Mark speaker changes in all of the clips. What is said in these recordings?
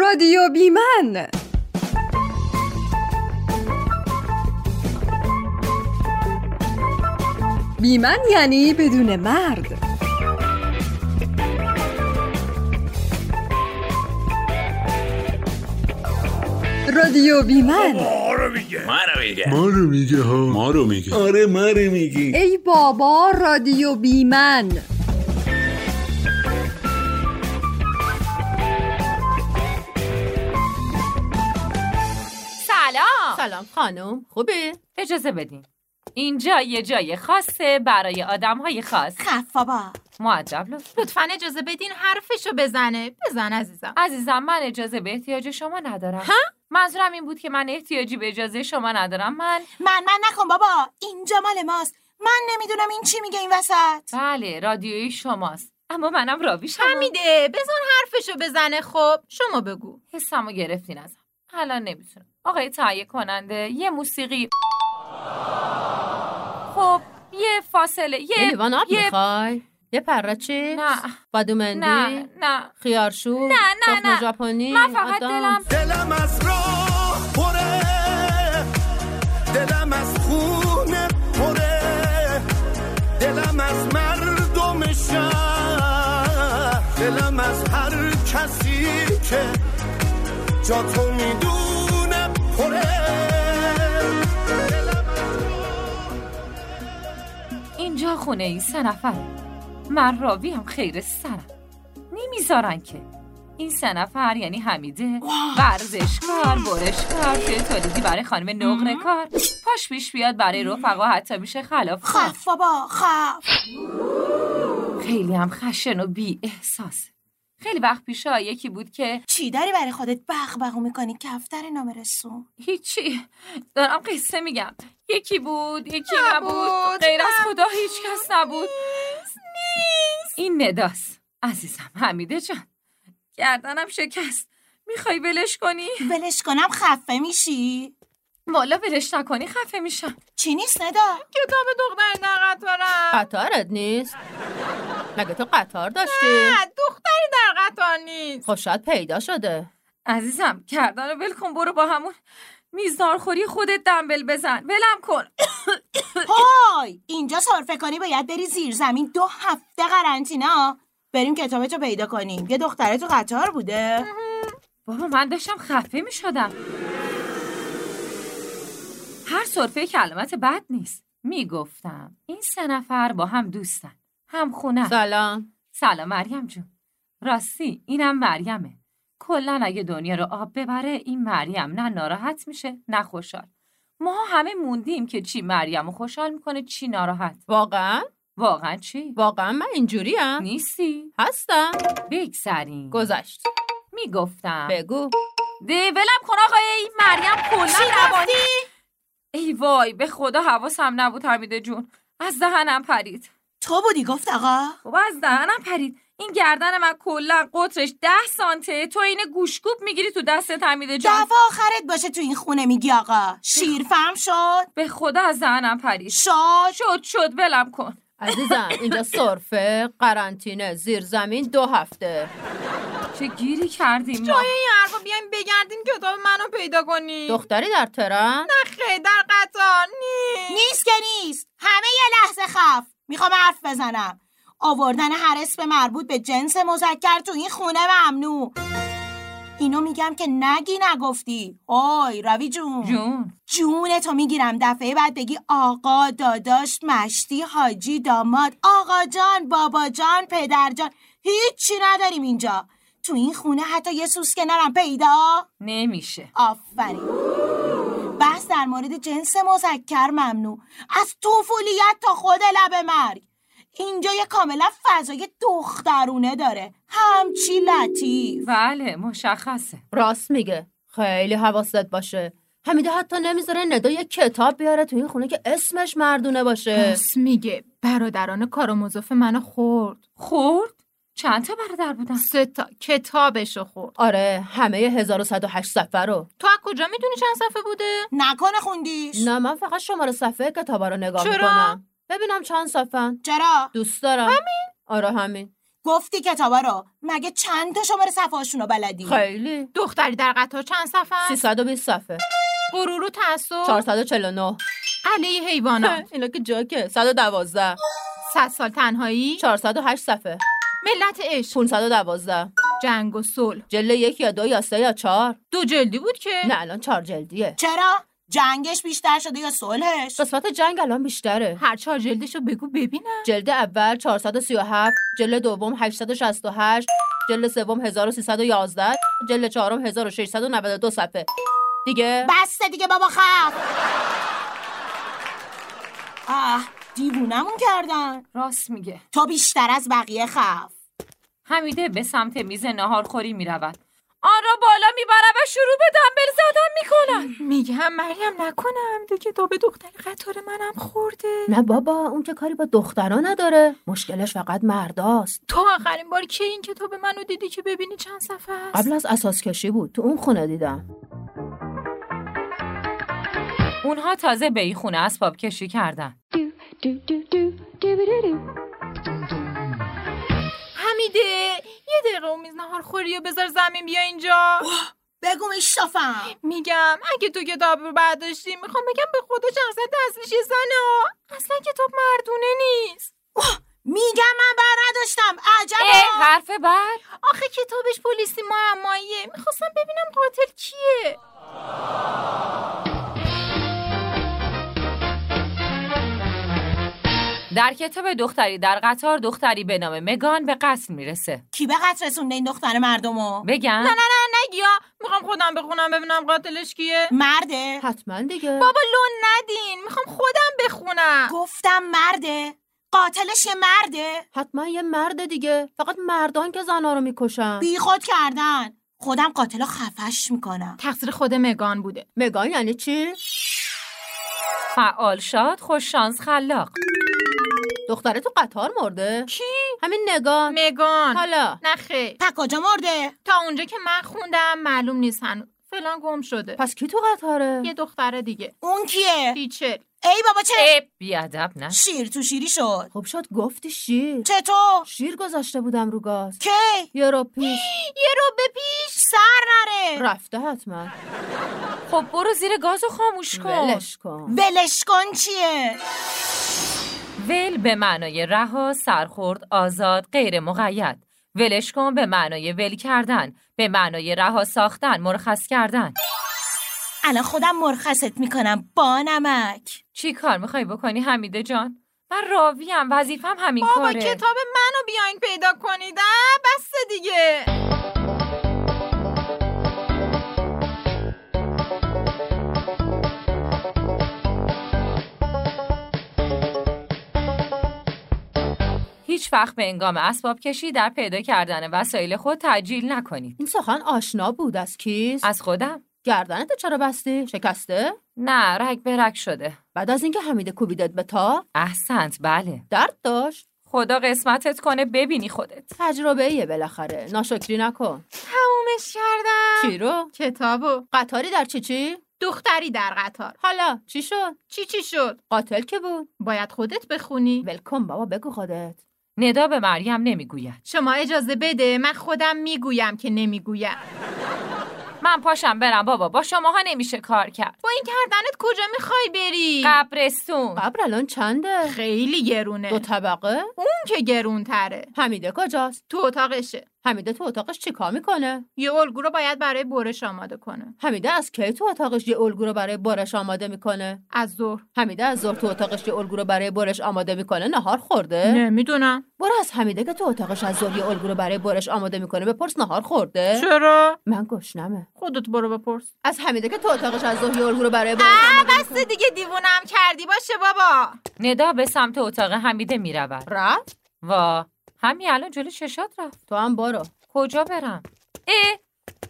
Speaker 1: رادیو بی من بی من یعنی بدون مرد رادیو بی من
Speaker 2: ما رو میگه
Speaker 3: ما رو میگه ها ما رو میگه
Speaker 2: آره ما رو میگی
Speaker 1: ای بابا رادیو بی من
Speaker 4: سلام
Speaker 5: سلام خانم خوبه؟
Speaker 4: اجازه بدین اینجا یه جای خاصه برای آدم های خاص
Speaker 5: خفابا
Speaker 4: معدب لطفا
Speaker 5: لطفا اجازه بدین حرفشو بزنه بزن عزیزم
Speaker 4: عزیزم من اجازه به احتیاج شما ندارم ها؟ منظورم این بود که من احتیاجی به اجازه شما ندارم من
Speaker 5: من من نکن بابا اینجا مال ماست من نمیدونم این چی میگه این وسط
Speaker 4: بله رادیوی شماست اما منم راوی شما
Speaker 5: حمیده بزن حرفشو بزنه خب شما بگو
Speaker 4: حسمو گرفتین ازم الان نمیتونم آقای تهیه کننده یه موسیقی خب یه فاصله
Speaker 6: یه
Speaker 4: یه
Speaker 6: لیوان آب
Speaker 4: یه-
Speaker 6: میخوای؟ یه پره چیپس؟
Speaker 4: نه.
Speaker 6: بادومندی؟
Speaker 4: نه نه
Speaker 6: خیارشور؟
Speaker 4: نه، نه،
Speaker 6: تخم
Speaker 4: نه.
Speaker 6: ژاپنی؟
Speaker 4: من فقط
Speaker 6: آدام.
Speaker 4: دلم
Speaker 2: دلم از راه پره دلم از خونه پره دلم از مردم شهر دلم از هر کسی که جا تو میدونه پره دلم از
Speaker 4: اینجا خونه ای سه نفر من راوی هم خیر سرم نمیذارن که این سه نفر یعنی حمیده ورزشکار برشکار توی تولیدی برای خانم نقره کار پاش پیش بیاد برای رفقا حتی میشه خلاف خواست.
Speaker 5: خف بابا خف
Speaker 4: خیلی هم خشن و بی احساس خیلی وقت پیش یکی بود که
Speaker 5: چی داری برای خودت بغ بغو میکنی کفتر نامرسوم
Speaker 4: هیچی دارم قصه میگم یکی بود یکی نبود غیر از خدا هیچ کس نبود این نداست عزیزم حمیده جان گردنم شکست میخوای ولش کنی؟
Speaker 5: ولش کنم خفه میشی
Speaker 4: والا ولش نکنی خفه میشم
Speaker 5: چی نیست ندا
Speaker 4: کتاب دختر در قطارم
Speaker 6: قطارت نیست؟ مگه تو قطار داشتی؟
Speaker 5: دختری در قطار نیست
Speaker 6: خب شاید پیدا شده
Speaker 4: عزیزم گردن رو ول کن برو با همون میزدارخوری خودت دنبل بزن ولم کن
Speaker 5: های اینجا سرفه کنی باید بری زیر زمین دو هفته قرنطینا بریم کتابتو پیدا کنیم یه دختره تو قطار بوده
Speaker 4: بابا من داشتم خفه می شدم هر صرفه کلمت بد نیست می گفتم این سه نفر با هم دوستن هم خونه
Speaker 6: سلام
Speaker 4: سلام مریم جون راستی اینم مریمه کلا اگه دنیا رو آب ببره این مریم نه ناراحت میشه نه خوشحال ما همه موندیم که چی مریم رو خوشحال میکنه چی ناراحت
Speaker 6: واقعا؟
Speaker 4: واقعا چی
Speaker 6: واقعا من اینجوریم؟
Speaker 4: نیستی
Speaker 6: هستم
Speaker 4: بگذریم
Speaker 6: گذشت
Speaker 4: میگفتم
Speaker 6: بگو
Speaker 4: ده ولم کن آقا ای مریم کلا روانی ای وای به خدا حواسم نبود حمیده جون از دهنم پرید
Speaker 5: تو بودی گفت آقا
Speaker 4: بابا از دهنم پرید این گردن من کلا قطرش ده سانته تو اینه گوشکوب میگیری تو دستت حمیده جون
Speaker 5: دفعه آخرت باشه تو این خونه میگی آقا شیرفم شد
Speaker 4: به خدا از دهنم پرید
Speaker 5: شد
Speaker 4: شد شد ولم کن
Speaker 6: عزیزم اینجا سرفه قرنطینه زیر زمین دو هفته
Speaker 4: چه گیری کردیم ما
Speaker 7: جای این حرفا بیایم بگردیم کتاب منو پیدا کنی
Speaker 6: دختری در ترن؟
Speaker 7: خیر در قطار نی
Speaker 5: نیست که نیست همه یه لحظه خف میخوام حرف بزنم آوردن هر اسم مربوط به جنس مذکر تو این خونه ممنوع اینو میگم که نگی نگفتی آی روی جون
Speaker 4: جون
Speaker 5: جون تو میگیرم دفعه بعد بگی آقا داداش مشتی حاجی داماد آقا جان بابا جان پدر جان هیچی نداریم اینجا تو این خونه حتی یه سوسکه نرم پیدا
Speaker 4: نمیشه
Speaker 5: آفرین بحث در مورد جنس مذکر ممنوع از طفولیت تا خود لب مرگ اینجا یه کاملا فضای دخترونه داره همچی لطیف
Speaker 4: بله مشخصه
Speaker 6: راست میگه خیلی حواست باشه حمیده حتی نمیذاره ندا یه کتاب بیاره تو این خونه که اسمش مردونه باشه
Speaker 7: راست میگه برادران کارآموزاف منو خورد
Speaker 4: خورد چند تا برادر بودن
Speaker 7: سه تا کتابشو خورد
Speaker 6: آره همه 1108 صفحه رو
Speaker 7: تو از کجا میدونی چند صفحه بوده
Speaker 5: نکنه خوندیش
Speaker 6: نه من فقط شماره صفحه کتابا رو نگاه
Speaker 7: چرا؟
Speaker 6: میکنم ببینم چند صفحه
Speaker 5: چرا
Speaker 6: دوست دارم همین آره همین
Speaker 5: گفتی کتابا رو مگه چند تا شماره صفحاشون رو بلدی
Speaker 6: خیلی
Speaker 7: دختری در قطار چند صفحه است
Speaker 6: 320 صفحه
Speaker 7: غرور و تعصب
Speaker 6: 449
Speaker 7: علیه حیوانات
Speaker 6: اینا که جاکه 112
Speaker 7: صد سال تنهایی
Speaker 6: 408 صفحه
Speaker 7: ملت عشق
Speaker 6: 512
Speaker 7: جنگ و صلح
Speaker 6: جلد یک یا دو یا سه یا چهار
Speaker 7: دو جلدی بود که
Speaker 6: نه الان چهار جلدیه
Speaker 5: چرا جنگش بیشتر شده یا صلحش
Speaker 6: قسمت جنگ الان بیشتره
Speaker 7: هر چهار جلدش رو بگو ببینم
Speaker 6: جلد اول 437 جلد دوم 868 جلد سوم 1311 جلد چهارم 1692 صفحه دیگه
Speaker 5: بسته دیگه بابا خف آه دیوونمون کردن
Speaker 4: راست میگه
Speaker 5: تو بیشتر از بقیه خف
Speaker 4: حمیده به سمت میز ناهارخوری می رود آن را بالا میبرم و شروع به دنبل زدن میکنم
Speaker 7: میگم مریم نکنم دیگه دو به دختری قطار منم خورده
Speaker 6: نه بابا اون که کاری با دخترا نداره مشکلش فقط مرداست
Speaker 7: تو آخرین بار کی این کتاب منو دیدی که ببینی چند صفحه است
Speaker 6: قبل از اساس کشی بود تو اون خونه دیدم
Speaker 4: اونها تازه به این خونه اسباب کشی کردن
Speaker 7: حمیده یه دقیقه اون میز نهار خوری و بذار زمین بیا اینجا
Speaker 5: بگو میشتافم
Speaker 7: میگم اگه تو کتاب رو برداشتی میخوام بگم به خدا شخصت دست میشه زنا اصلا کتاب مردونه نیست
Speaker 5: میگم من بر نداشتم
Speaker 4: اه،
Speaker 5: عجب
Speaker 4: حرف بعد
Speaker 7: آخه کتابش پلیسی معماییه میخواستم ببینم قاتل کیه
Speaker 4: در کتاب دختری در قطار دختری به نام مگان به قتل میرسه
Speaker 5: کی به قتل رسونده این دختر مردمو
Speaker 4: بگم
Speaker 7: نگیا میخوام خودم بخونم ببینم قاتلش کیه
Speaker 5: مرده
Speaker 6: حتما دیگه
Speaker 7: بابا لون ندین میخوام خودم بخونم
Speaker 5: گفتم مرده قاتلش یه مرده
Speaker 6: حتما یه مرد دیگه فقط مردان که زنا رو میکشن
Speaker 5: بیخود کردن خودم قاتل خفش میکنم
Speaker 7: تقصیر خود مگان بوده
Speaker 6: مگان یعنی چی
Speaker 4: فعال شاد خوش شانس خلاق
Speaker 6: دختره تو قطار مرده
Speaker 7: کی؟
Speaker 6: همین نگاه
Speaker 7: مگان
Speaker 6: حالا
Speaker 7: نه خیر
Speaker 5: تا کجا مرده
Speaker 7: تا اونجا که من خوندم معلوم نیست هنوز فلان گم شده
Speaker 6: پس کی تو قطاره
Speaker 7: یه دختر دیگه
Speaker 5: اون کیه
Speaker 7: ریچل
Speaker 5: ای بابا چه
Speaker 4: اه، بیادب نه
Speaker 5: شیر تو شیری شد
Speaker 6: خب شاد گفتی شیر
Speaker 5: چطور
Speaker 6: شیر گذاشته بودم رو گاز
Speaker 5: کی
Speaker 6: یه رو پیش
Speaker 7: یه رو به پیش
Speaker 5: سر نره
Speaker 6: رفته حتما
Speaker 4: خب برو زیر گاز و خاموش کن
Speaker 6: ولش کن
Speaker 5: ولش کن چیه
Speaker 4: ول به معنای رها سرخورد آزاد غیر مقید ولش کن به معنای ول کردن به معنای رها ساختن مرخص کردن
Speaker 5: الان خودم مرخصت میکنم با نمک
Speaker 4: چی کار میخوای بکنی حمیده جان من راویم وظیفم همین
Speaker 7: بابا
Speaker 4: کاره
Speaker 7: کتاب منو بیاین پیدا کنید اه، بس دیگه
Speaker 4: هیچ وقت به انگام اسباب کشی در پیدا کردن وسایل خود تعجیل نکنید
Speaker 6: این سخن آشنا بود از کیست
Speaker 4: از خودم
Speaker 6: گردنت چرا بستی شکسته
Speaker 4: نه رگ به رگ شده
Speaker 6: بعد از اینکه حمیده کوبیدت به تا
Speaker 4: احسنت بله
Speaker 6: درد داشت
Speaker 4: خدا قسمتت کنه ببینی خودت
Speaker 6: تجربه ایه بالاخره ناشکری نکن
Speaker 7: تمومش کردم
Speaker 6: چی رو
Speaker 7: کتابو
Speaker 6: قطاری در چی چی
Speaker 7: دختری در قطار
Speaker 6: حالا چی شد
Speaker 7: چی چی شد
Speaker 6: قاتل که بود
Speaker 7: باید خودت بخونی
Speaker 6: ولکن بابا بگو خودت
Speaker 4: ندا به مریم نمیگوید
Speaker 7: شما اجازه بده من خودم میگویم که نمیگویم
Speaker 4: من پاشم برم بابا با شماها نمیشه کار کرد
Speaker 7: با این کردنت کجا میخوای بری
Speaker 4: قبرستون
Speaker 6: قبر الان چنده
Speaker 7: خیلی گرونه
Speaker 6: دو طبقه
Speaker 7: اون که گرونتره
Speaker 6: حمیده کجاست
Speaker 7: تو اتاقشه
Speaker 6: حمیده تو اتاقش چیکار میکنه
Speaker 7: یه الگو رو باید برای برش آماده کنه
Speaker 6: حمیده از کی تو اتاقش یه الگو رو برای بارش آماده میکنه
Speaker 7: از ظهر
Speaker 6: حمیده از ظهر تو اتاقش یه الگو رو برای برش آماده میکنه نهار خورده
Speaker 7: نمیدونم
Speaker 6: برو از حمیده که تو اتاقش از ظهر یه الگو رو برای برش آماده میکنه بپرس نهار خورده
Speaker 7: چرا
Speaker 6: من گشنمه
Speaker 7: خودت برو بپرس
Speaker 6: از حمیده که تو اتاقش از ظهر یه الگو رو برای برش آماده
Speaker 7: بس دیگه دیوونم کردی باشه بابا
Speaker 4: ندا به سمت اتاق حمیده میرود
Speaker 6: رفت
Speaker 4: وا همین الان جلو چشات رفت
Speaker 6: تو هم برو
Speaker 4: کجا برم اه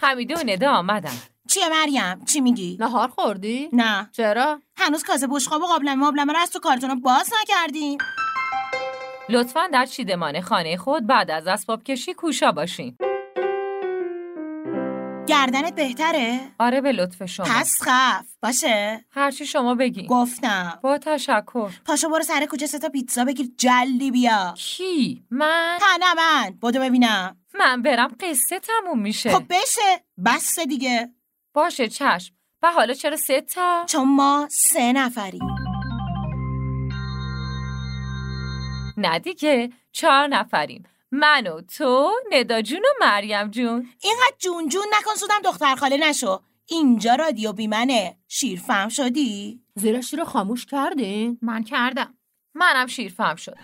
Speaker 4: حمیده و ندا آمدن
Speaker 5: چیه مریم چی میگی
Speaker 6: نهار خوردی
Speaker 5: نه
Speaker 6: چرا
Speaker 5: هنوز کاسه بشقاب و قابلمه مبلمه رو از تو کارتونا باز نکردیم
Speaker 4: لطفا در چیدمان خانه خود بعد از اسباب کشی کوشا باشین
Speaker 5: گردنت بهتره؟
Speaker 4: آره به لطف شما
Speaker 5: پس خف باشه
Speaker 4: هرچی شما بگین
Speaker 5: گفتم
Speaker 4: با تشکر
Speaker 5: پاشو برو سر کوچه سه تا پیتزا بگیر جلی بیا
Speaker 4: کی من
Speaker 5: تنه من بودو ببینم
Speaker 4: من برم قصه تموم میشه
Speaker 5: خب بشه بس دیگه
Speaker 4: باشه چشم و حالا چرا سه تا
Speaker 5: چون ما سه نفریم
Speaker 4: نه دیگه چهار نفریم من و تو ندا جون و مریم جون
Speaker 5: اینقدر جون جون نکن سودم دختر خاله نشو اینجا رادیو بیمنه شیرفهم شدی؟
Speaker 6: زیرا شیر رو خاموش کردین
Speaker 4: من کردم منم شیرفهم شد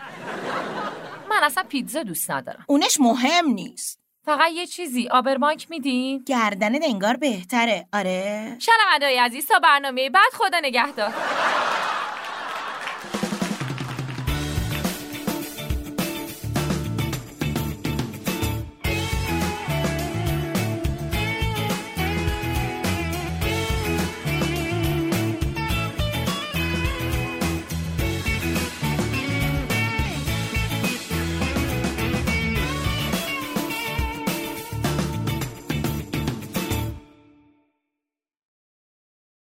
Speaker 4: من اصلا پیتزا دوست ندارم
Speaker 5: اونش مهم نیست
Speaker 4: فقط یه چیزی آبربانک میدین
Speaker 5: گردنت انگار بهتره آره
Speaker 4: شنوندههای عزیز تا برنامه بعد خدا نگهدار